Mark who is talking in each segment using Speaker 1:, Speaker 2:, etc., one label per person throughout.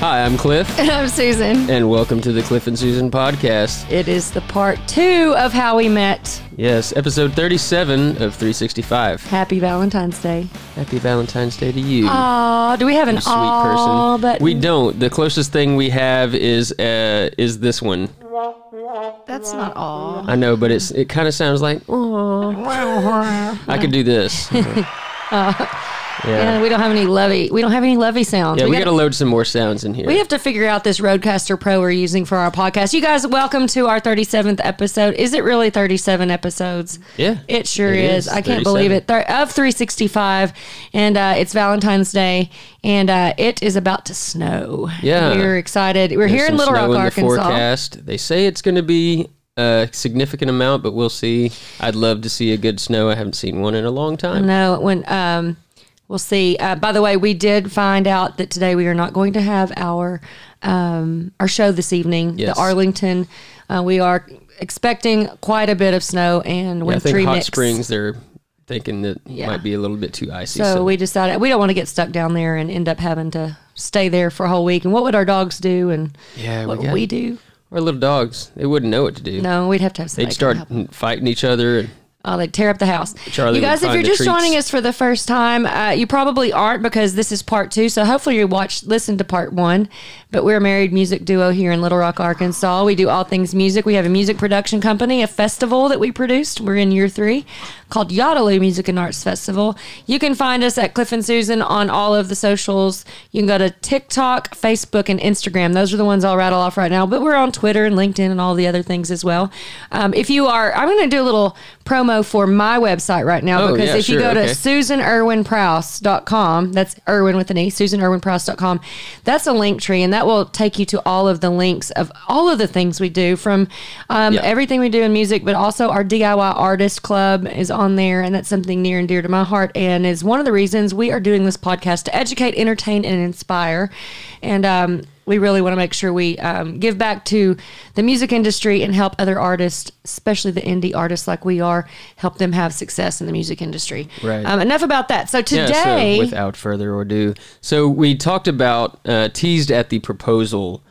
Speaker 1: I'm Cliff,
Speaker 2: And I'm Susan.
Speaker 1: and welcome to the Cliff and Susan podcast.
Speaker 2: It is the part two of How We Met.
Speaker 1: Yes, episode 37 of 365.
Speaker 2: Happy Valentine's Day.
Speaker 1: Happy Valentine's Day to you,
Speaker 2: Aw, do we have an
Speaker 1: you sweet
Speaker 2: aw
Speaker 1: person.
Speaker 2: button?
Speaker 1: We don't. The closest thing we have is uh, is this one.
Speaker 2: That's not aw.
Speaker 1: I know, but it's it kind of sounds like "Aw." I could do this.
Speaker 2: Uh, Yeah,
Speaker 1: yeah,
Speaker 2: we don't have any lovey. We don't have any lovey sounds.
Speaker 1: yeah. We got to
Speaker 2: gotta-
Speaker 1: load some more sounds in here.
Speaker 2: we have to figure out this Roadcaster Pro we're using for our podcast. You guys, welcome to our 37th episode. Is it really 37 episodes?
Speaker 1: Yeah.
Speaker 2: It sure
Speaker 1: It
Speaker 2: is.
Speaker 1: is,
Speaker 2: I
Speaker 1: 37.
Speaker 2: can't believe it. Thir- of 365, and uh, it's Valentine's Day, and uh, it is about to snow.
Speaker 1: Yeah.
Speaker 2: We're excited. We're
Speaker 1: There's
Speaker 2: here
Speaker 1: some
Speaker 2: in Little
Speaker 1: snow
Speaker 2: Rock,
Speaker 1: in the
Speaker 2: Arkansas.
Speaker 1: forecast. They say it's going to be a significant amount, but we'll see. I'd love to see a good snow. I haven't seen one in a long time.
Speaker 2: No, when um, we'll see. Uh, by the way, we did find out that today we are not going to have our um, our show this evening.
Speaker 1: Yes.
Speaker 2: The Arlington, uh, we are expecting quite a bit of snow and
Speaker 1: Yeah, I
Speaker 2: wintry
Speaker 1: think hot
Speaker 2: Mm, mix.
Speaker 1: springs they're thinking that it
Speaker 2: Yeah.
Speaker 1: might be a little bit too icy.
Speaker 2: So,
Speaker 1: So,
Speaker 2: we decided we don't want to get stuck down there and end up having to stay there for a whole week. And what would our dogs do? And
Speaker 1: Yeah, we
Speaker 2: what would
Speaker 1: got-
Speaker 2: we do?
Speaker 1: our little dogs, they wouldn't know what to do.
Speaker 2: No, we'd have to have somebody.
Speaker 1: They'd
Speaker 2: come
Speaker 1: start
Speaker 2: help.
Speaker 1: fighting each other. And,
Speaker 2: Oh, they tear up the house.
Speaker 1: Charlie
Speaker 2: you
Speaker 1: would
Speaker 2: guys, if
Speaker 1: find
Speaker 2: you're
Speaker 1: the
Speaker 2: just
Speaker 1: treats.
Speaker 2: joining us for the first time, uh, you probably aren't because this is part two. So hopefully you watched, listened to part one. But we're a married music duo here in Little Rock, Arkansas. We do all things music. We have a music production company, a festival that we produced. We're in year three called Yodelu Music and Arts Festival. You can find us at Cliff and Susan on all of the socials. You can go to TikTok, Facebook, and Instagram. Those are the ones I'll rattle off right now. But we're on Twitter and LinkedIn and all the other things as well. Um, if you are, I'm going to do a little promo for my website right now
Speaker 1: Oh,
Speaker 2: because
Speaker 1: yeah,
Speaker 2: if you
Speaker 1: sure,
Speaker 2: go
Speaker 1: okay.
Speaker 2: to SusanIrwinProuse.com. That's Irwin with an E, SusanIrwinProuse.com. That's a link tree, and that will take you to all of the links of all of the things we do from um,
Speaker 1: Yeah.
Speaker 2: everything we do in music, but also our DIY Artist Club is on there, and that's something near and dear to my heart and is one of the reasons we are doing this podcast to educate, entertain, and inspire. And, um, we really want to make sure we um, give back to the music industry and help other artists, especially the indie artists like we are, help them have success in the music industry.
Speaker 1: Right.
Speaker 2: Um, enough about that. So
Speaker 1: yeah,
Speaker 2: today,
Speaker 1: so without further ado. So we talked about, uh, teased at the proposal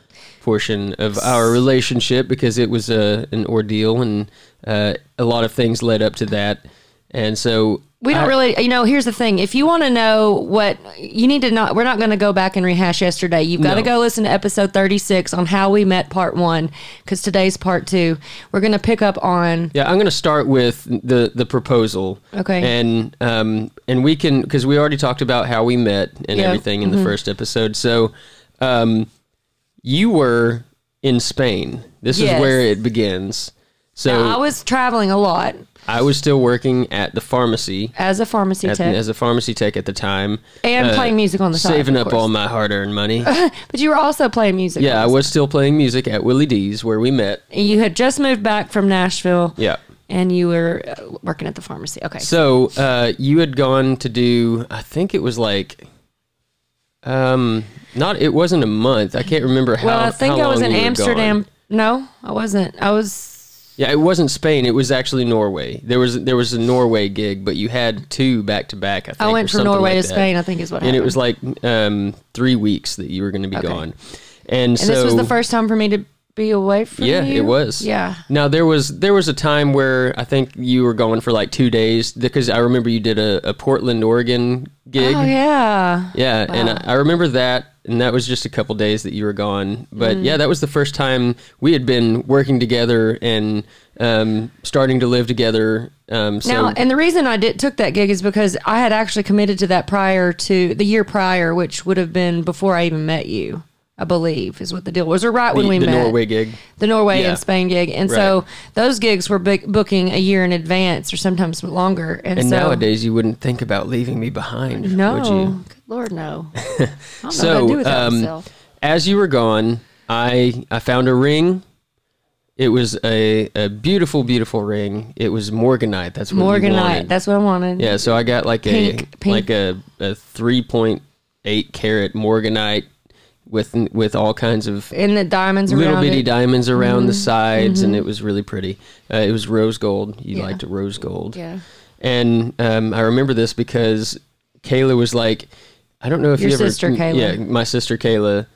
Speaker 1: portion of our relationship because it was a, an ordeal and uh, a lot of things led up to that. And so
Speaker 2: we don't
Speaker 1: I-
Speaker 2: really, you know, here's the thing. If you want to know what you need to not, we're not going to go back and rehash yesterday. You've got to
Speaker 1: No.
Speaker 2: go listen to episode 36 on how we met part one, because today's part two. We're going to pick up on,
Speaker 1: Yeah, I'm going to start with the the proposal.
Speaker 2: Okay.
Speaker 1: And um and we can because we already talked about how we met and
Speaker 2: Yeah. Mm-hmm.
Speaker 1: everything in the first episode. So, um, you were in Spain. This
Speaker 2: Yes.
Speaker 1: is where it begins. So
Speaker 2: now, I was traveling a lot
Speaker 1: I was still working at the pharmacy
Speaker 2: as a pharmacy
Speaker 1: at,
Speaker 2: tech
Speaker 1: as a pharmacy tech at the time,
Speaker 2: and
Speaker 1: uh,
Speaker 2: playing music on the side.
Speaker 1: saving
Speaker 2: of
Speaker 1: up
Speaker 2: course.
Speaker 1: all my hard earned money.
Speaker 2: But you were also playing music.
Speaker 1: yeah, I
Speaker 2: on the
Speaker 1: was still playing music at Willie D's where we met.
Speaker 2: side. You had just moved back from Nashville.
Speaker 1: Yeah.
Speaker 2: And you were uh, working at the pharmacy. Okay.
Speaker 1: So uh, you had gone to do, I think it was like, um, not it wasn't a month. I can't remember how.
Speaker 2: well, I think
Speaker 1: how
Speaker 2: I was
Speaker 1: long
Speaker 2: in
Speaker 1: you were
Speaker 2: Amsterdam.
Speaker 1: gone.
Speaker 2: No, I wasn't. I was.
Speaker 1: Yeah, it wasn't Spain. It was actually Norway. There was there was a Norway gig, but you had two back to back. I think
Speaker 2: I went
Speaker 1: or
Speaker 2: from
Speaker 1: something
Speaker 2: Norway
Speaker 1: like
Speaker 2: to
Speaker 1: that.
Speaker 2: Spain. I think is what
Speaker 1: and
Speaker 2: happened.
Speaker 1: it was like um, three weeks that you were going to be gone. And,
Speaker 2: And
Speaker 1: so
Speaker 2: this was the first time for me to be away from
Speaker 1: Yeah,
Speaker 2: you?
Speaker 1: it was.
Speaker 2: Yeah.
Speaker 1: Now there was there was a time where I think you were going for like two days because I remember you did a, a Portland, Oregon gig.
Speaker 2: Oh yeah.
Speaker 1: Yeah, and I, I remember that, and that was just a couple days that you were gone. But
Speaker 2: Mm.
Speaker 1: yeah, that was the first time we had been working together and um, starting to live together. Um, so
Speaker 2: Now, and the reason I did took that gig is because I had actually committed to that prior to the year prior, which would have been before I even met you. I believe is what the deal was, or right
Speaker 1: the,
Speaker 2: when we
Speaker 1: the
Speaker 2: met.
Speaker 1: Norway gig,
Speaker 2: the Norway
Speaker 1: Yeah.
Speaker 2: and Spain gig, and so those gigs were book- booking a year in advance or sometimes longer. And,
Speaker 1: and
Speaker 2: so
Speaker 1: nowadays you wouldn't think about leaving me behind,
Speaker 2: no,
Speaker 1: would you?
Speaker 2: good Lord, no. I don't know what I'd do
Speaker 1: So
Speaker 2: without
Speaker 1: um,
Speaker 2: myself.
Speaker 1: as you were gone, I I found a ring. It was a, a beautiful, beautiful ring. It was Morganite. That's what you
Speaker 2: Morganite,
Speaker 1: wanted.
Speaker 2: that's what I wanted.
Speaker 1: Yeah, so I got like a
Speaker 2: Pink, pink.
Speaker 1: like a, a three point eight carat morganite with with all kinds of
Speaker 2: and the diamonds
Speaker 1: little
Speaker 2: around
Speaker 1: bitty
Speaker 2: it. Mm-hmm.
Speaker 1: diamonds around the sides, and it was really pretty. Uh, it was rose gold. You
Speaker 2: Yeah.
Speaker 1: liked rose gold.
Speaker 2: Yeah.
Speaker 1: And um, I remember this because Kayla was like, I don't know if
Speaker 2: Your
Speaker 1: you ever
Speaker 2: sister, Kayla.
Speaker 1: Yeah, my sister Kayla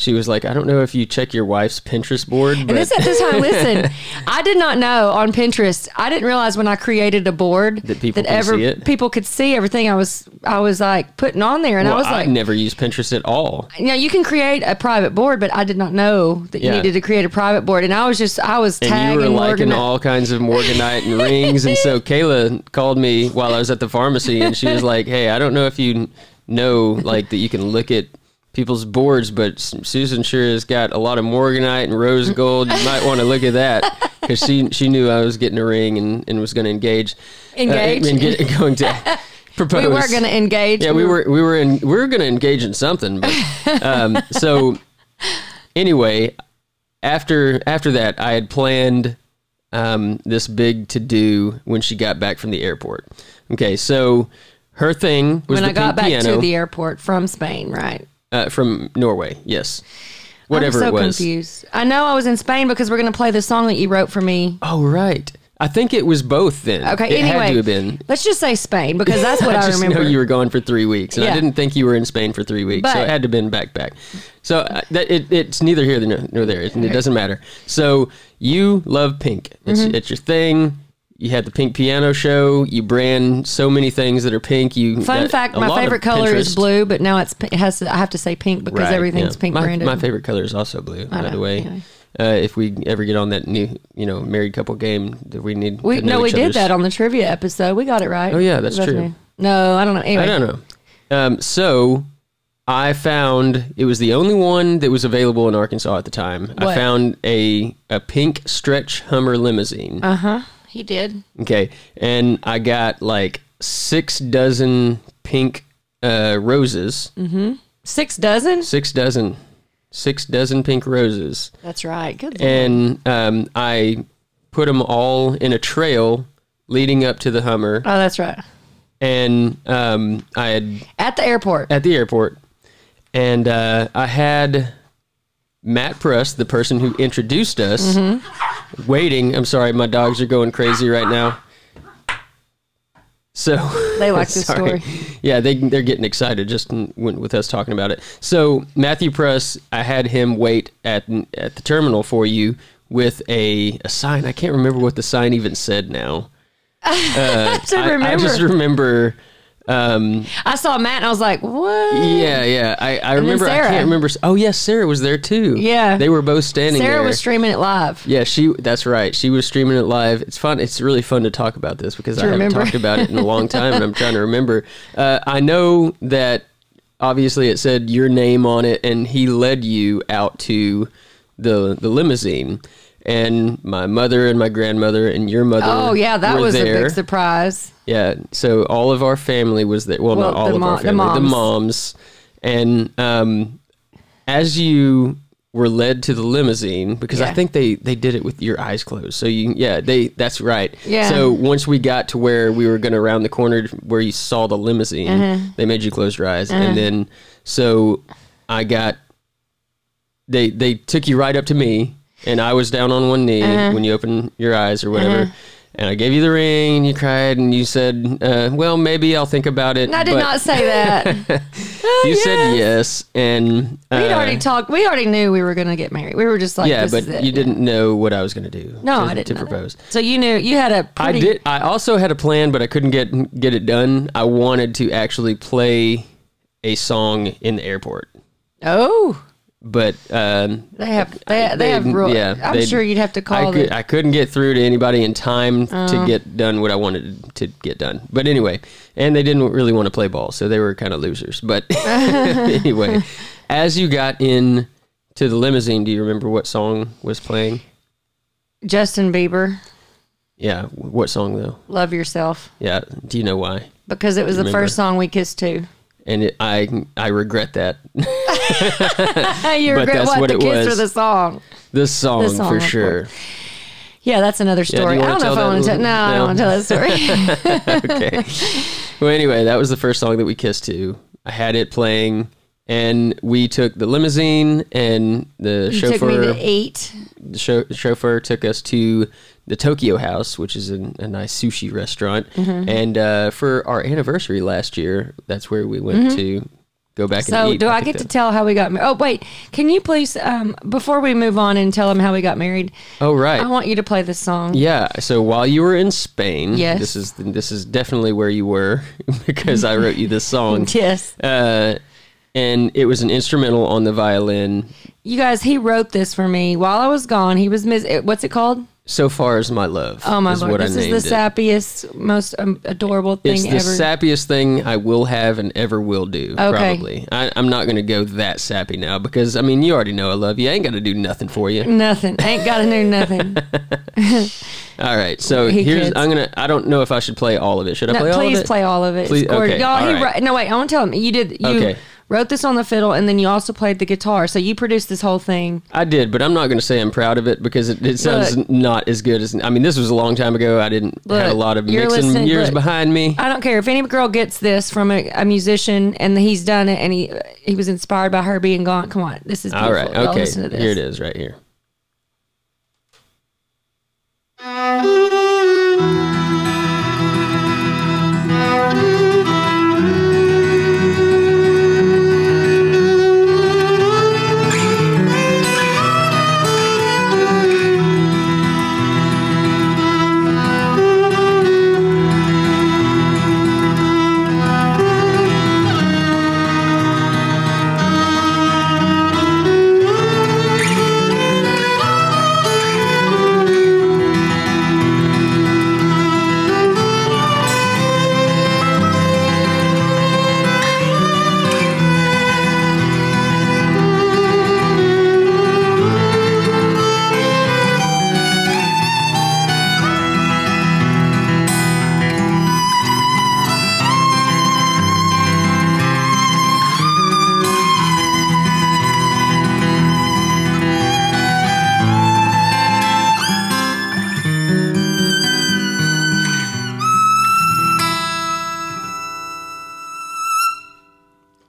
Speaker 1: she was like, I don't know if you check your wife's Pinterest board, but
Speaker 2: And this at this time, listen, I did not know on Pinterest. I didn't realize when I created a board
Speaker 1: That people could see it?
Speaker 2: people could see everything I was I was like putting on there, and
Speaker 1: well,
Speaker 2: I was
Speaker 1: I
Speaker 2: like,
Speaker 1: never use Pinterest at all.
Speaker 2: you know, you can create a private board, but I did not know that
Speaker 1: Yeah.
Speaker 2: you needed to create a private board, and I was just I was
Speaker 1: And
Speaker 2: tagging
Speaker 1: you were liking
Speaker 2: Morgan-
Speaker 1: all kinds of Morganite and rings. And so Kayla called me while I was at the pharmacy and she was like, Hey, I don't know if you know, like, that you can look at people's boards, but S- Susan sure has got a lot of Morganite and rose gold. You might want to look at that because she, she knew I was getting a ring and, and was going to engage. uh,
Speaker 2: Engage?
Speaker 1: and get, going to propose.
Speaker 2: We were going to engage.
Speaker 1: Yeah, we were we were in we were going to engage in something, but um, so anyway, after after that, I had planned um, this big to do when she got back from the airport. Okay, so her thing was
Speaker 2: when
Speaker 1: the
Speaker 2: I
Speaker 1: pink
Speaker 2: got back
Speaker 1: piano
Speaker 2: to the airport from Spain, right?
Speaker 1: uh, from Norway. Yes, whatever
Speaker 2: I'm so
Speaker 1: it was.
Speaker 2: confused. I know I was in Spain because we're going to play the song that you wrote for me.
Speaker 1: Oh right, I think it was both then.
Speaker 2: Okay,
Speaker 1: it
Speaker 2: anyway,
Speaker 1: had to have been.
Speaker 2: let's just say Spain because that's what I,
Speaker 1: just
Speaker 2: remember.
Speaker 1: know you were gone for three weeks, and I
Speaker 2: Yeah.
Speaker 1: didn't think you were in Spain for three weeks, so
Speaker 2: But-
Speaker 1: it had to been back back. So uh, that, it, it's neither here nor, nor there. It, it doesn't matter. So you love pink. It's,
Speaker 2: Mm-hmm.
Speaker 1: it's your thing. You had the pink piano show. You brand so many things that are pink. You
Speaker 2: Fun
Speaker 1: that-
Speaker 2: fact:
Speaker 1: a
Speaker 2: my
Speaker 1: lot of
Speaker 2: favorite color is
Speaker 1: Pinterest.
Speaker 2: blue, but now it's it has to, I have to say pink because
Speaker 1: Right,
Speaker 2: everything's
Speaker 1: yeah.
Speaker 2: pink
Speaker 1: My,
Speaker 2: branded.
Speaker 1: my favorite color is also blue. By
Speaker 2: know,
Speaker 1: the way,
Speaker 2: anyway.
Speaker 1: uh, if we ever get on that new, you know, married couple game that we need,
Speaker 2: we
Speaker 1: to know
Speaker 2: no, we
Speaker 1: each
Speaker 2: did
Speaker 1: other's-
Speaker 2: that on the trivia episode. We got it right. Oh
Speaker 1: yeah, that's true.
Speaker 2: No, I don't know. Anyway,
Speaker 1: I don't know. Um, so I found it was the only one that was available in Arkansas at the time. I
Speaker 2: What?
Speaker 1: found a a pink stretch Hummer limousine.
Speaker 2: Uh huh. He did.
Speaker 1: Okay, and I got like six dozen pink uh, roses.
Speaker 2: Mm. Six dozen.
Speaker 1: Six dozen, six dozen pink roses,
Speaker 2: That's right. Good.
Speaker 1: and um, I put them all in a trail leading up to the Hummer,
Speaker 2: oh, that's right.
Speaker 1: and um, I had
Speaker 2: At the airport.
Speaker 1: at the airport, and uh, I had Matt Press, the person who introduced us,
Speaker 2: Mm-hmm.
Speaker 1: waiting. I'm sorry, my dogs are going crazy right now. So
Speaker 2: They like this
Speaker 1: sorry.
Speaker 2: story.
Speaker 1: Yeah, they they're getting excited just in- when- with us talking about it. So Matthew Press, I had him wait at at the terminal for you with a, a sign. I can't remember what the sign even said now.
Speaker 2: I, do
Speaker 1: I-
Speaker 2: remember.
Speaker 1: I,
Speaker 2: I,
Speaker 1: just remember. Um,
Speaker 2: saw Matt and I was like, "What?"
Speaker 1: Yeah, yeah. I, I remember. I
Speaker 2: Sarah.
Speaker 1: can't remember. Oh, yes, Sarah was there too.
Speaker 2: Yeah.
Speaker 1: they were both standing
Speaker 2: Sarah
Speaker 1: there.
Speaker 2: was streaming it live.
Speaker 1: yeah, she. That's right. She was streaming it live. It's fun. It's really fun to talk about this because I haven't
Speaker 2: remember.
Speaker 1: talked about it in a long time, and I'm trying to remember. Uh, I know that obviously it said your name on it, and he led you out to the the limousine. And my mother and my grandmother and your mother.
Speaker 2: Oh yeah, that
Speaker 1: were
Speaker 2: was
Speaker 1: there.
Speaker 2: a big surprise.
Speaker 1: Yeah. So all of our family was there. Well,
Speaker 2: Well,
Speaker 1: not all
Speaker 2: the
Speaker 1: of
Speaker 2: mo-
Speaker 1: our
Speaker 2: the
Speaker 1: family, the moms.
Speaker 2: moms.
Speaker 1: And um, as you were led to the limousine, because I
Speaker 2: Yeah.
Speaker 1: think they they did it with your eyes closed. So you, yeah, they that's right.
Speaker 2: Yeah.
Speaker 1: So once we got to where we were going to round the corner to where you saw the limousine,
Speaker 2: Uh-huh.
Speaker 1: they made you close your eyes, and then so I got they they took you right up to me and I was down on one knee
Speaker 2: Uh-huh.
Speaker 1: when you opened your eyes or whatever. And I gave you the ring, and you cried, and you said, uh, "Well, maybe I'll think about it."
Speaker 2: And I did
Speaker 1: but
Speaker 2: not say that. We'd
Speaker 1: You said yes, and uh,
Speaker 2: already talked. We already knew we were going to get married. We were just like,
Speaker 1: yeah,
Speaker 2: this
Speaker 1: but
Speaker 2: is it.
Speaker 1: you didn't know what I was going to do.
Speaker 2: No,
Speaker 1: to,
Speaker 2: I didn't.
Speaker 1: to
Speaker 2: know that.
Speaker 1: propose.
Speaker 2: So you knew you had a
Speaker 1: I
Speaker 2: pretty.
Speaker 1: did. I also had a plan, but I couldn't get get it done. I wanted to actually play a song in the airport,
Speaker 2: Oh,
Speaker 1: but um,
Speaker 2: they have they, they,
Speaker 1: they-
Speaker 2: have rules.
Speaker 1: yeah,
Speaker 2: I'm
Speaker 1: they-
Speaker 2: sure you'd have to
Speaker 1: I,
Speaker 2: call
Speaker 1: could,
Speaker 2: it. Uh-huh.
Speaker 1: I couldn't get through to anybody in time to get done what I wanted to get done. But anyway, and they didn't really want to play ball, so they were kind of losers. But anyway, as you got in to the limousine, do you remember what song was playing?
Speaker 2: Justin Bieber,
Speaker 1: Yeah, what song though?
Speaker 2: love yourself,
Speaker 1: Yeah, do you know why?
Speaker 2: because it was the
Speaker 1: Remember.
Speaker 2: first song we kissed to.
Speaker 1: And it, I I regret that
Speaker 2: you
Speaker 1: But
Speaker 2: regret
Speaker 1: that's
Speaker 2: what,
Speaker 1: what
Speaker 2: the
Speaker 1: it
Speaker 2: kiss
Speaker 1: was.
Speaker 2: or the song?
Speaker 1: this song,
Speaker 2: This song,
Speaker 1: for
Speaker 2: of
Speaker 1: sure.
Speaker 2: Yeah, that's another
Speaker 1: do
Speaker 2: story.
Speaker 1: you
Speaker 2: I
Speaker 1: wanna
Speaker 2: don't know
Speaker 1: tell
Speaker 2: if I
Speaker 1: that
Speaker 2: want to.
Speaker 1: little-
Speaker 2: No,
Speaker 1: no.
Speaker 2: I don't want to tell that story.
Speaker 1: okay. Well, anyway, that was the first song that we kissed to. I had it playing, and we took the limousine, and the
Speaker 2: you took me
Speaker 1: chauffeur
Speaker 2: to eat.
Speaker 1: the cho- chauffeur took us to the Tokyo House, which is an, a nice sushi
Speaker 2: Mm-hmm.
Speaker 1: restaurant. And uh, for our anniversary last year, that's where we went to go back and
Speaker 2: Mm-hmm. So,
Speaker 1: eat.
Speaker 2: do I
Speaker 1: could
Speaker 2: get to tell how we got married? Oh, wait. Can you please, um, before we move on and tell them how we got married,
Speaker 1: Oh right.
Speaker 2: I want you to play this song.
Speaker 1: yeah. So while you were in Spain,
Speaker 2: Yes.
Speaker 1: this is this is definitely where you were because I wrote you this song.
Speaker 2: Yes.
Speaker 1: Uh, and it was an instrumental on the violin.
Speaker 2: You guys, he wrote this for me while I was gone. He was mis- it- what's it called?
Speaker 1: So far as my love.
Speaker 2: Oh my
Speaker 1: is
Speaker 2: lord!
Speaker 1: What
Speaker 2: This
Speaker 1: I named
Speaker 2: is the
Speaker 1: it.
Speaker 2: sappiest, most um, adorable thing
Speaker 1: It's the
Speaker 2: ever.
Speaker 1: sappiest thing I will have and ever will do. Probably. I, I'm not going to go that sappy now because I mean you already know I love you. I ain't got to do nothing for you.
Speaker 2: nothing. Ain't gotta do nothing.
Speaker 1: All right. So
Speaker 2: He
Speaker 1: here's
Speaker 2: kids.
Speaker 1: I'm gonna. I don't know if I should play all of it. Should I
Speaker 2: No,
Speaker 1: play all of
Speaker 2: please
Speaker 1: it?
Speaker 2: play all of it.
Speaker 1: Please-
Speaker 2: Or
Speaker 1: okay,
Speaker 2: y'all,
Speaker 1: all
Speaker 2: he
Speaker 1: right.
Speaker 2: wrote, no wait, I want to tell him you did. You
Speaker 1: Okay.
Speaker 2: wrote this on the fiddle, and then you also played the guitar. So you produced this whole thing.
Speaker 1: I did, but I'm not going to say I'm proud of it because it, it sounds
Speaker 2: Look.
Speaker 1: not as good as. I mean, this was a long time ago. I didn't have a
Speaker 2: Look,
Speaker 1: lot of
Speaker 2: you're
Speaker 1: mixing
Speaker 2: listening-
Speaker 1: years
Speaker 2: look.
Speaker 1: behind me.
Speaker 2: I don't care if any girl gets this from a, a musician, and he's done it, and he he was inspired by her being gone. Come on, this is
Speaker 1: all
Speaker 2: beautiful.
Speaker 1: right.
Speaker 2: Y'all
Speaker 1: Okay.
Speaker 2: listen to this.
Speaker 1: Here it is. Right here.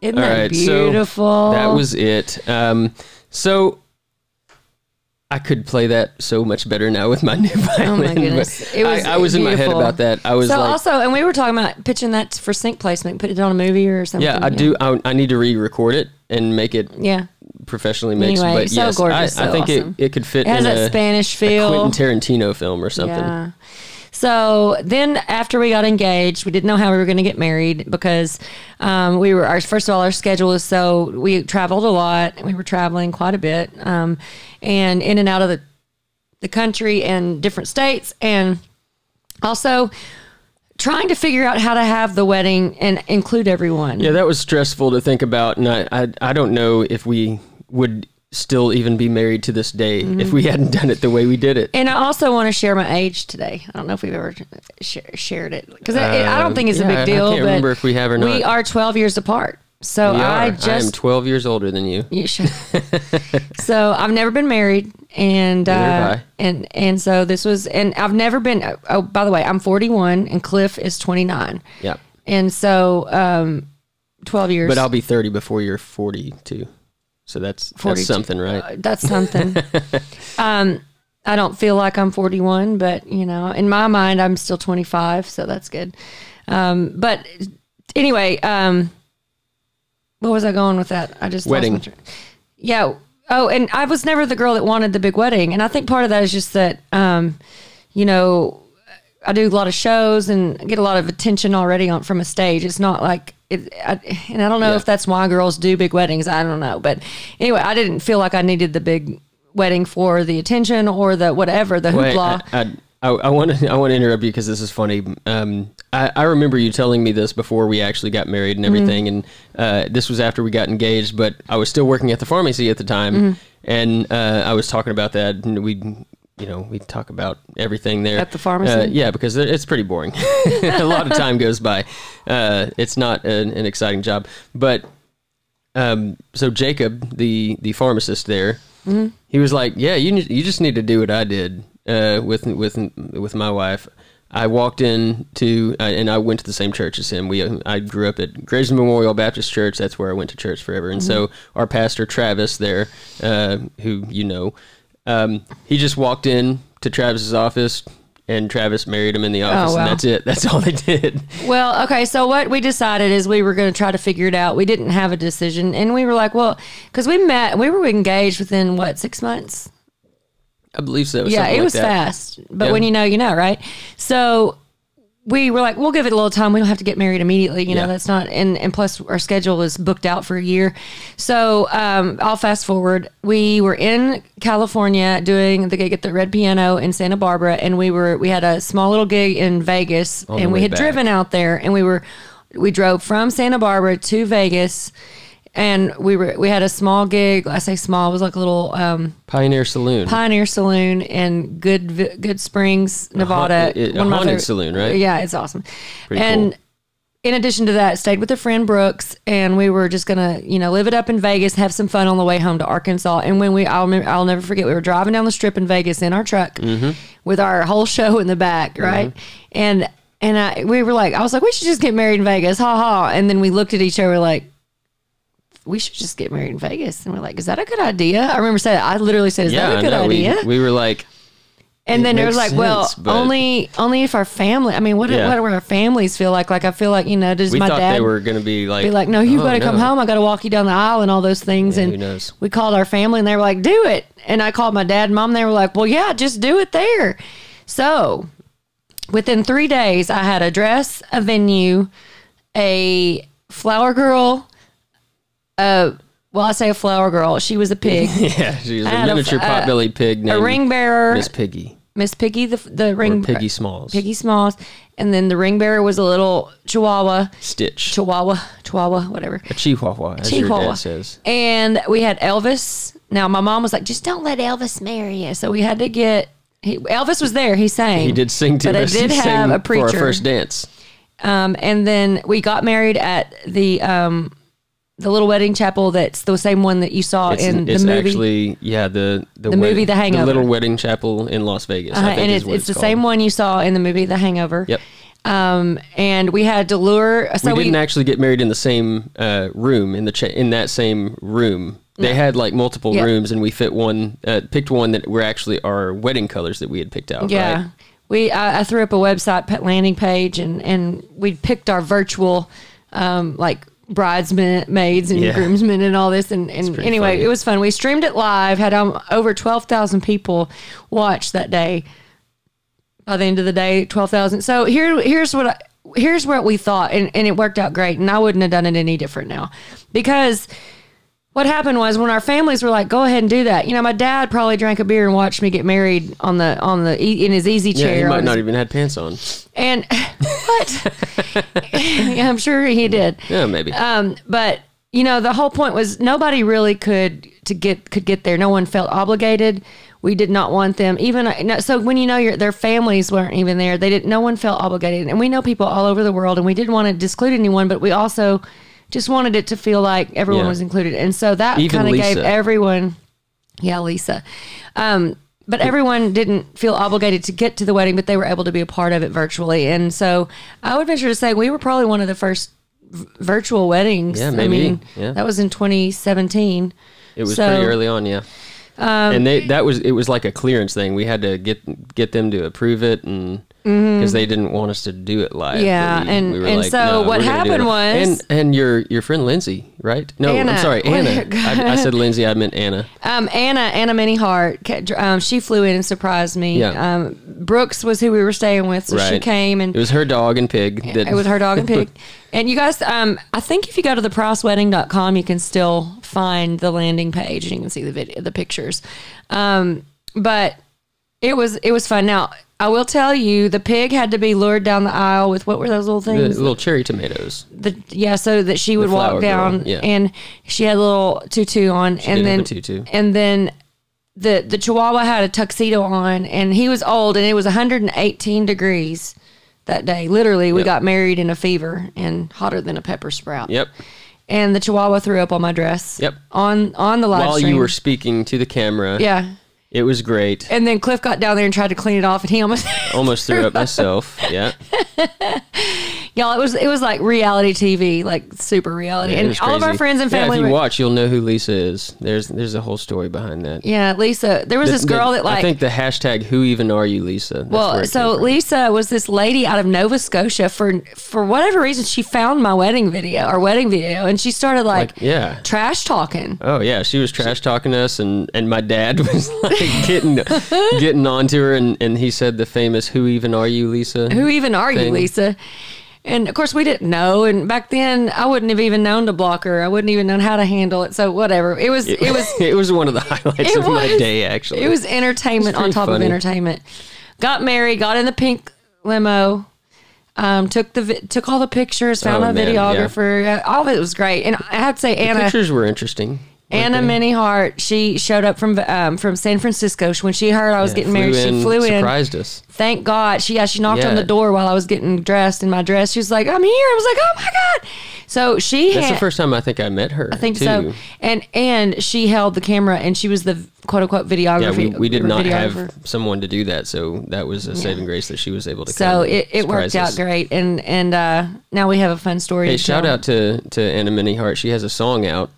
Speaker 2: Isn't
Speaker 1: All
Speaker 2: that
Speaker 1: right, so
Speaker 2: beautiful?
Speaker 1: That was it. Um, so I could play that so much better now with my new violin.
Speaker 2: Oh my
Speaker 1: but
Speaker 2: goodness! It was.
Speaker 1: I, I was in my head
Speaker 2: beautiful.
Speaker 1: about that. I was
Speaker 2: so
Speaker 1: like,
Speaker 2: also, and we were talking about pitching that for sync placement, put it on a movie or something.
Speaker 1: yeah, I do. I, I need to re-record it and make it
Speaker 2: Yeah,
Speaker 1: professionally mixed.
Speaker 2: Anyway,
Speaker 1: but
Speaker 2: so
Speaker 1: yes,
Speaker 2: gorgeous,
Speaker 1: I, I
Speaker 2: so
Speaker 1: think
Speaker 2: awesome.
Speaker 1: it, it could fit
Speaker 2: it has
Speaker 1: in
Speaker 2: that
Speaker 1: a,
Speaker 2: Spanish
Speaker 1: a
Speaker 2: feel.
Speaker 1: Quentin Tarantino film or something.
Speaker 2: Yeah. So then after we got engaged, we didn't know how we were going to get married because um, we were our first of all our schedule was so we traveled a lot and we were traveling quite a bit um, and in and out of the the country and different states and also trying to figure out how to have the wedding and include everyone.
Speaker 1: Yeah, that was stressful to think about, and I, I, I don't know if we would still even be married to this day
Speaker 2: Mm-hmm.
Speaker 1: if we hadn't done it the way we did it.
Speaker 2: And I also want to share my age today. I don't know if we've ever sh- shared it because I don't think it's
Speaker 1: Um, yeah,
Speaker 2: a
Speaker 1: I- I
Speaker 2: big deal.
Speaker 1: can't
Speaker 2: but
Speaker 1: remember if we have or
Speaker 2: We
Speaker 1: not.
Speaker 2: are 12 years apart. So
Speaker 1: We are.
Speaker 2: I
Speaker 1: I am
Speaker 2: just.
Speaker 1: 12 years older than you.
Speaker 2: you should. so I've never been married, and
Speaker 1: have
Speaker 2: uh,
Speaker 1: I.
Speaker 2: and and so this was, and I've never been. oh, Oh, by the way, I'm 41, and Cliff is 29,
Speaker 1: Yeah,
Speaker 2: and so um, 12 years.
Speaker 1: but I'll be 30 before you're 42. So that's that's
Speaker 2: 42.
Speaker 1: something, right?
Speaker 2: Uh, That's something. um, I don't feel like I'm 41, but you know, in my mind, I'm still 25, so that's good. Um, but anyway, um, what was I going with that? I just lost
Speaker 1: Wedding.
Speaker 2: my train- Yeah. Oh, and I was never the girl that wanted the big wedding, and I think part of that is just that, um, you know, I do a lot of shows and get a lot of attention already on from a stage. It's not like it, I, and I don't know if that's why girls do big weddings. I don't know, but anyway, I didn't feel like I needed the big wedding for the attention or the whatever the
Speaker 1: Wait, uh,
Speaker 2: hoopla.
Speaker 1: I, I, I, I want to I want to interrupt you because this is funny. Um, I, I remember you telling me this before we actually got married
Speaker 2: Mm-hmm.
Speaker 1: and everything, and uh, this was after we got engaged. But I was still working at the pharmacy at the time,
Speaker 2: Mm-hmm.
Speaker 1: and uh, I was talking about that, and we. You know, we talk about everything there
Speaker 2: At the pharmacy?
Speaker 1: Uh, yeah, because it- it's pretty boring. a lot of time goes by. Uh, it's not an, an exciting job, but um, so Jacob, the the pharmacist there, he was like, "Yeah, you need- you just need to do what I did uh, with with with my wife." I walked in to uh, and I went to the same church as him. We I grew up at Graves Memorial Baptist Church. That's where I went to church forever. And so our pastor Travis there, uh, who you know, um, he just walked in to Travis's office, and Travis married him in the office,
Speaker 2: Oh, wow.
Speaker 1: and that's it. That's all they did.
Speaker 2: Well, okay. So what we decided is we were going to try to figure it out. We didn't have a decision, and we were like, well, because we met, we were engaged within what six months.
Speaker 1: I believe so.
Speaker 2: yeah,
Speaker 1: something
Speaker 2: it
Speaker 1: like
Speaker 2: was
Speaker 1: that.
Speaker 2: fast. But
Speaker 1: Yeah.
Speaker 2: when you know, you know, right? So we were like, we'll give it a little time. We don't have to get married immediately. You
Speaker 1: Yeah.
Speaker 2: know, that's not and and plus our schedule is booked out for a year. So um, I'll fast forward. We were in California doing the gig at the Red Piano in Santa Barbara, and we were we had a small little gig in Vegas,
Speaker 1: the
Speaker 2: and we
Speaker 1: way
Speaker 2: had
Speaker 1: back.
Speaker 2: driven out there, and we were we drove from Santa Barbara to Vegas. And we were we had a small gig. I say small. It was like a little um,
Speaker 1: Pioneer Saloon.
Speaker 2: Pioneer Saloon in Good Good Springs, Nevada.
Speaker 1: it- a
Speaker 2: of my
Speaker 1: haunted
Speaker 2: favorite-
Speaker 1: saloon, right?
Speaker 2: Yeah, it's awesome.
Speaker 1: Pretty
Speaker 2: and
Speaker 1: cool.
Speaker 2: in addition to that, stayed with a friend Brooks, and we were just gonna, you know, live it up in Vegas, have some fun on the way home to Arkansas. And when we, I'll, remember- I'll never forget, we were driving down the strip in Vegas in our truck
Speaker 1: Mm-hmm.
Speaker 2: with our whole show in the back,
Speaker 1: Uh-huh.
Speaker 2: right? And and I, we were like, I was like, we should just get married in Vegas, ha ha. And then we looked at each other like we should just get married in Vegas. And we're like, is that a good idea? I remember saying, I literally said, is
Speaker 1: yeah,
Speaker 2: that a good
Speaker 1: no,
Speaker 2: idea?
Speaker 1: We, we were like,
Speaker 2: and then it
Speaker 1: makes
Speaker 2: was like, well,
Speaker 1: sense, but-
Speaker 2: only only if our family. I mean, what
Speaker 1: Yeah.
Speaker 2: what do our families feel like? Like, I feel like you know, does
Speaker 1: we
Speaker 2: my
Speaker 1: thought
Speaker 2: dad
Speaker 1: they were going to be like,
Speaker 2: be like, no, you've
Speaker 1: oh,
Speaker 2: got to come
Speaker 1: no.
Speaker 2: home. I got to walk you down the aisle and all those things. and
Speaker 1: who knows?
Speaker 2: we called our family, and they were like, do it. And I called my dad and mom. They were like, well, yeah, just do it there. So within three days, I had a dress, a venue, a flower girl. Uh, well, I say a flower girl. She was a pig.
Speaker 1: Yeah, she's a
Speaker 2: had a f-
Speaker 1: miniature potbelly pig
Speaker 2: a
Speaker 1: named
Speaker 2: ring bearer,
Speaker 1: Miss Piggy
Speaker 2: Miss Piggy, the the
Speaker 1: or
Speaker 2: ring
Speaker 1: Piggy Smalls.
Speaker 2: Piggy Smalls, and then the ring bearer was a little Chihuahua,
Speaker 1: Stitch.
Speaker 2: Chihuahua, Chihuahua, whatever.
Speaker 1: a chihuahua, as your
Speaker 2: Chihuahua.
Speaker 1: dad says.
Speaker 2: And we had Elvis. Now my mom was like, "Just don't let Elvis marry you." So we had to get he, Elvis was there. He sang.
Speaker 1: He did sing to
Speaker 2: But I
Speaker 1: us.
Speaker 2: did
Speaker 1: he
Speaker 2: have
Speaker 1: sang
Speaker 2: a
Speaker 1: for our
Speaker 2: preacher.
Speaker 1: first dance.
Speaker 2: Um, and then we got married at the um, the little wedding chapel. That's the same one that you saw
Speaker 1: It's,
Speaker 2: in
Speaker 1: it's
Speaker 2: the movie.
Speaker 1: actually yeah the the,
Speaker 2: movie The Hangover.
Speaker 1: Little Wedding Chapel in Las Vegas.
Speaker 2: Uh,
Speaker 1: I think
Speaker 2: and
Speaker 1: is
Speaker 2: it's,
Speaker 1: what
Speaker 2: it's
Speaker 1: it's,
Speaker 2: the
Speaker 1: called.
Speaker 2: same one you saw in the movie The Hangover.
Speaker 1: Yep.
Speaker 2: Um, and we had to lure. So
Speaker 1: We
Speaker 2: we,
Speaker 1: didn't actually get married in the same uh, room in the cha- in that same room. They had like multiple
Speaker 2: Yeah.
Speaker 1: rooms, and we fit one, uh, picked one that were actually our wedding colors that we had picked out.
Speaker 2: Yeah.
Speaker 1: right?
Speaker 2: We I, I threw up a website pa- landing page and and we picked our virtual um like bridesmaids and
Speaker 1: Yeah.
Speaker 2: groomsmen and all this and, and
Speaker 1: pretty
Speaker 2: anyway
Speaker 1: funny.
Speaker 2: it was fun we streamed it live had um, over 12,000 people watch that day by the end of the day 12,000 so here here's what I, here's what we thought and, and it worked out great and I wouldn't have done it any different now because what happened was when our families were like, "Go ahead and do that." You know, my dad probably drank a beer and watched me get married on the on the e- in his easy
Speaker 1: Yeah,
Speaker 2: chair.
Speaker 1: he
Speaker 2: on
Speaker 1: might
Speaker 2: his-
Speaker 1: not even had pants on.
Speaker 2: and what? yeah, I'm sure he did.
Speaker 1: Yeah, maybe.
Speaker 2: Um, but you know, the whole point was nobody really could to get could get there. No one felt obligated. We did not want them even. uh, no, So when you know your their families weren't even there, they didn't. No one felt obligated, and we know people all over the world, and we didn't want to disclude anyone, but we also just wanted it to feel like everyone
Speaker 1: Yeah.
Speaker 2: was included, and so that
Speaker 1: Even
Speaker 2: kind of gave
Speaker 1: Lisa.
Speaker 2: everyone. Yeah, Lisa. Um, but everyone didn't feel obligated to get to the wedding, but they were able to be a part of it virtually. And so I would venture to say we were probably one of the first v- virtual weddings.
Speaker 1: Yeah,
Speaker 2: I
Speaker 1: maybe.
Speaker 2: mean,
Speaker 1: Yeah.
Speaker 2: that was in 2017.
Speaker 1: It was
Speaker 2: So- um,
Speaker 1: pretty early on, yeah. and they that was it was like a clearance thing. We had to get get them to approve it, and because they didn't want us to do it live.
Speaker 2: Mm-hmm. Yeah,
Speaker 1: we,
Speaker 2: and-
Speaker 1: we were
Speaker 2: and
Speaker 1: like,
Speaker 2: so
Speaker 1: "No,
Speaker 2: what
Speaker 1: we're gonna do it
Speaker 2: happened
Speaker 1: live."
Speaker 2: was-
Speaker 1: and and your your friend Lindsay, right? No,
Speaker 2: Anna.
Speaker 1: I'm sorry,
Speaker 2: Oh my
Speaker 1: Anna. I, I said Lindsay, I meant Anna.
Speaker 2: Um, Anna, Anna Minnie Hart, ca- dr- um, she flew in and surprised me.
Speaker 1: Yeah.
Speaker 2: Um, Brooks was who we were staying with, so she
Speaker 1: Right.
Speaker 2: came and
Speaker 1: It was her dog and pig. That,
Speaker 2: it was her dog and pig. And you guys, um, I think if you go to thepricewedding.com, you can still find the landing page and you can see the video, the pictures. Um, but it was it was fun. Now I will tell you, the pig had to be lured down the aisle with what were those little
Speaker 1: the
Speaker 2: things?
Speaker 1: little cherry tomatoes.
Speaker 2: the yeah, so that she would
Speaker 1: flower
Speaker 2: walk down
Speaker 1: girl, yeah.
Speaker 2: and she had a little tutu on and
Speaker 1: did have
Speaker 2: then
Speaker 1: a tutu.
Speaker 2: and then the the chihuahua had a tuxedo on and he was old and it was 118 degrees that day. Literally, we
Speaker 1: Yep.
Speaker 2: got married in a fever and hotter than a pepper sprout.
Speaker 1: Yep.
Speaker 2: And the chihuahua threw up on my dress.
Speaker 1: Yep.
Speaker 2: On on the live
Speaker 1: While
Speaker 2: stream.
Speaker 1: you were speaking to the camera,
Speaker 2: yeah.
Speaker 1: it was great.
Speaker 2: And then Cliff got down there and tried to clean it off and he almost
Speaker 1: Almost threw up myself. Yeah,
Speaker 2: Y'all, it was it was like reality TV, like super reality,
Speaker 1: It
Speaker 2: and
Speaker 1: was
Speaker 2: all of our
Speaker 1: crazy.
Speaker 2: friends and
Speaker 1: Yeah,
Speaker 2: family.
Speaker 1: if you
Speaker 2: were-
Speaker 1: watch, you'll know who Lisa is. There's there's a whole story behind that.
Speaker 2: yeah, Lisa. There was this
Speaker 1: The- the-
Speaker 2: girl that like
Speaker 1: I think the hashtag Who even are you, Lisa? That's where
Speaker 2: Well,
Speaker 1: it
Speaker 2: so
Speaker 1: came from.
Speaker 2: Lisa was this lady out of Nova Scotia for for whatever reason she found my wedding video our wedding video and she started like,
Speaker 1: Like, yeah.
Speaker 2: trash talking.
Speaker 1: Oh yeah, she was trash talking us, and, and my dad was like getting getting onto her, and, and he said the famous "Who even are you, Lisa?"
Speaker 2: Who even are you,
Speaker 1: Thing.
Speaker 2: Lisa? And of course we didn't know and back then I wouldn't have even known to block her. I wouldn't even known how to handle it. So whatever. It was it was
Speaker 1: it was one of the highlights
Speaker 2: it
Speaker 1: of my
Speaker 2: was-
Speaker 1: day. Actually,
Speaker 2: It was entertainment
Speaker 1: It's
Speaker 2: on
Speaker 1: pretty
Speaker 2: top
Speaker 1: funny.
Speaker 2: of entertainment. Got married, got in the pink limo, um, took the vi- took all the pictures, found
Speaker 1: Oh,
Speaker 2: a
Speaker 1: man, yeah.
Speaker 2: videographer. All of it was great, and I have to say, Anna,
Speaker 1: pictures were interesting.
Speaker 2: Anna Minnie Hart, she showed up from um, from San Francisco. She- When she heard I was getting married, she flew in.
Speaker 1: surprised us.
Speaker 2: Thank God. She yeah, she knocked on
Speaker 1: Yeah.
Speaker 2: the door while I was getting dressed in my dress. She was like, "I'm here." I was like, "Oh my god!" So she
Speaker 1: That's
Speaker 2: had,
Speaker 1: the first time I think I met her.
Speaker 2: I think so. And and she held the camera and she was the quote unquote
Speaker 1: Yeah,
Speaker 2: videography.
Speaker 1: we, we did not
Speaker 2: videographer.
Speaker 1: have someone to do that, so that was a saving grace that she was able to.
Speaker 2: So
Speaker 1: come and
Speaker 2: it, it worked
Speaker 1: surprise
Speaker 2: out
Speaker 1: us.
Speaker 2: great, and and uh, now we have a fun story.
Speaker 1: Hey,
Speaker 2: to
Speaker 1: shout
Speaker 2: tell.
Speaker 1: out to to Anna Minnie Hart. She has a song out.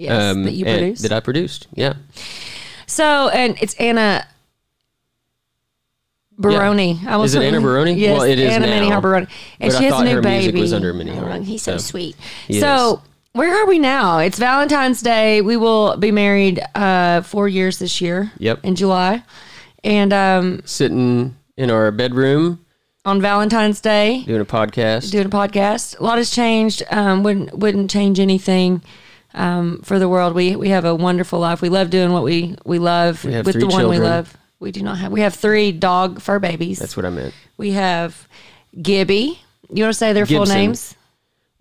Speaker 2: Yes, that you
Speaker 1: um, and-
Speaker 2: produced.
Speaker 1: That I produced. Yeah.
Speaker 2: So and it's Anna Baroni. I
Speaker 1: Is it Anna Baroni?
Speaker 2: Yes,
Speaker 1: Well, it is
Speaker 2: Anna Minnie
Speaker 1: now,
Speaker 2: Hart Baroni, and
Speaker 1: but I
Speaker 2: she has a
Speaker 1: thought
Speaker 2: new
Speaker 1: her
Speaker 2: baby.
Speaker 1: music was under Minnie
Speaker 2: Oh,
Speaker 1: Hart,
Speaker 2: he's so,
Speaker 1: so-
Speaker 2: sweet.
Speaker 1: Yes.
Speaker 2: So where are we now? It's Valentine's Day. We will be married uh, four years this year.
Speaker 1: Yep.
Speaker 2: in July, and um,
Speaker 1: Sitting in our bedroom
Speaker 2: on Valentine's Day.
Speaker 1: doing a podcast.
Speaker 2: doing a podcast. A lot has changed. Um, wouldn't wouldn't change anything um, for the world. We we have a wonderful life. We love doing what we we love
Speaker 1: have
Speaker 2: with the
Speaker 1: three
Speaker 2: one we
Speaker 1: children.
Speaker 2: love. We do not have. We have three dog fur babies.
Speaker 1: That's what I meant.
Speaker 2: we have. Gibby. You want to say their full
Speaker 1: Gibson.
Speaker 2: names?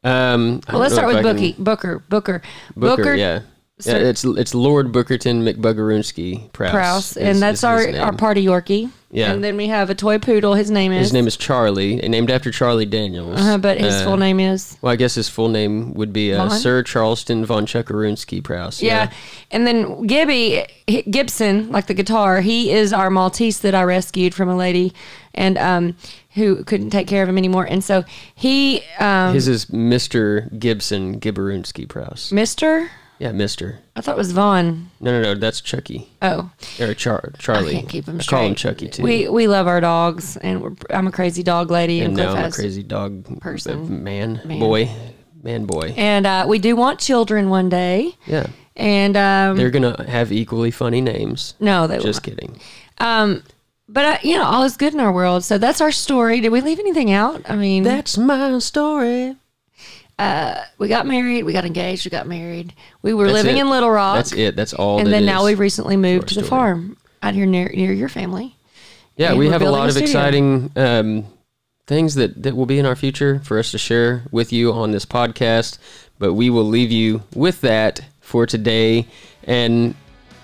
Speaker 1: Um,
Speaker 2: Well, let's start with Bookie, Booker, Booker,
Speaker 1: Booker, yeah.
Speaker 2: Sir-
Speaker 1: yeah. It's it's Lord Bookerton McBuggerunski Prouse. is-
Speaker 2: Prouse, and that's
Speaker 1: is
Speaker 2: our
Speaker 1: his name.
Speaker 2: our party Yorkie.
Speaker 1: Yeah.
Speaker 2: and then we have a toy poodle. His name is.
Speaker 1: His name is Charlie, and named after Charlie Daniels.
Speaker 2: uh, but his full name is
Speaker 1: Well, I guess his full name would be uh,
Speaker 2: Von?
Speaker 1: Sir Charleston von Chuckarunski Prouse.
Speaker 2: Yeah. And then Gibby H- Gibson, like the guitar, he is our Maltese that I rescued from a lady and um who couldn't take care of him anymore. And so he um
Speaker 1: His is Mr. Gibson Gibberunski Prouse.
Speaker 2: Mr.
Speaker 1: Yeah, Mr.
Speaker 2: I thought it was Vaughn.
Speaker 1: No, no, no. That's Chucky.
Speaker 2: Oh,
Speaker 1: Or Char- Charlie.
Speaker 2: I can't keep him
Speaker 1: I
Speaker 2: straight.
Speaker 1: call him E. Chucky, too.
Speaker 2: We we love our dogs, and we're, I'm a crazy dog lady, and,
Speaker 1: and
Speaker 2: Cliff
Speaker 1: now I'm a
Speaker 2: has-
Speaker 1: crazy dog uh,
Speaker 2: person.
Speaker 1: Man,
Speaker 2: Man.
Speaker 1: Boy. Man, boy.
Speaker 2: And uh, we do want children one day,
Speaker 1: yeah.
Speaker 2: and um,
Speaker 1: They're going to have equally funny names.
Speaker 2: no, they
Speaker 1: Just kidding.
Speaker 2: But uh, you know, all is good in our world. So that's our story. Did we leave anything out? I mean,
Speaker 1: That's my story.
Speaker 2: we got married, we got engaged, we got married. We were
Speaker 1: That's
Speaker 2: living
Speaker 1: it.
Speaker 2: in Little Rock,
Speaker 1: That's it. That's all.
Speaker 2: and
Speaker 1: that
Speaker 2: then
Speaker 1: is.
Speaker 2: now we've recently moved to the
Speaker 1: story.
Speaker 2: farm out here near near your family.
Speaker 1: Yeah,
Speaker 2: and
Speaker 1: we
Speaker 2: we're
Speaker 1: have a
Speaker 2: building
Speaker 1: lot
Speaker 2: a
Speaker 1: of
Speaker 2: studio.
Speaker 1: exciting um, things that, that will be in our future for us to share with you on this podcast. But we will leave you with that for today. And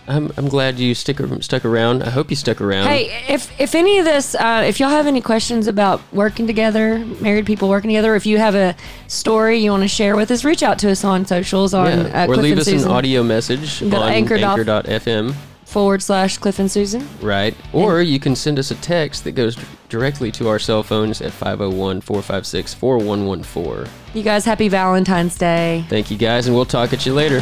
Speaker 1: I'm, I'm glad you stick ar- stuck around. I hope you stuck around.
Speaker 2: Hey, if if any of this, uh, if y'all have any questions about working together, married people working together, if you have a story you want to share with us, reach out to us on socials on
Speaker 1: Yeah.
Speaker 2: uh,
Speaker 1: or
Speaker 2: Cliff
Speaker 1: leave
Speaker 2: and
Speaker 1: us
Speaker 2: Susan
Speaker 1: an audio message on
Speaker 2: to anchor dot-
Speaker 1: anchor.fm.
Speaker 2: forward slash Cliff and Susan.
Speaker 1: Right. Or you can send us a text that goes d- directly to our cell phones at 501 456 4114.
Speaker 2: You guys, happy Valentine's Day.
Speaker 1: Thank you guys, and we'll talk at you later.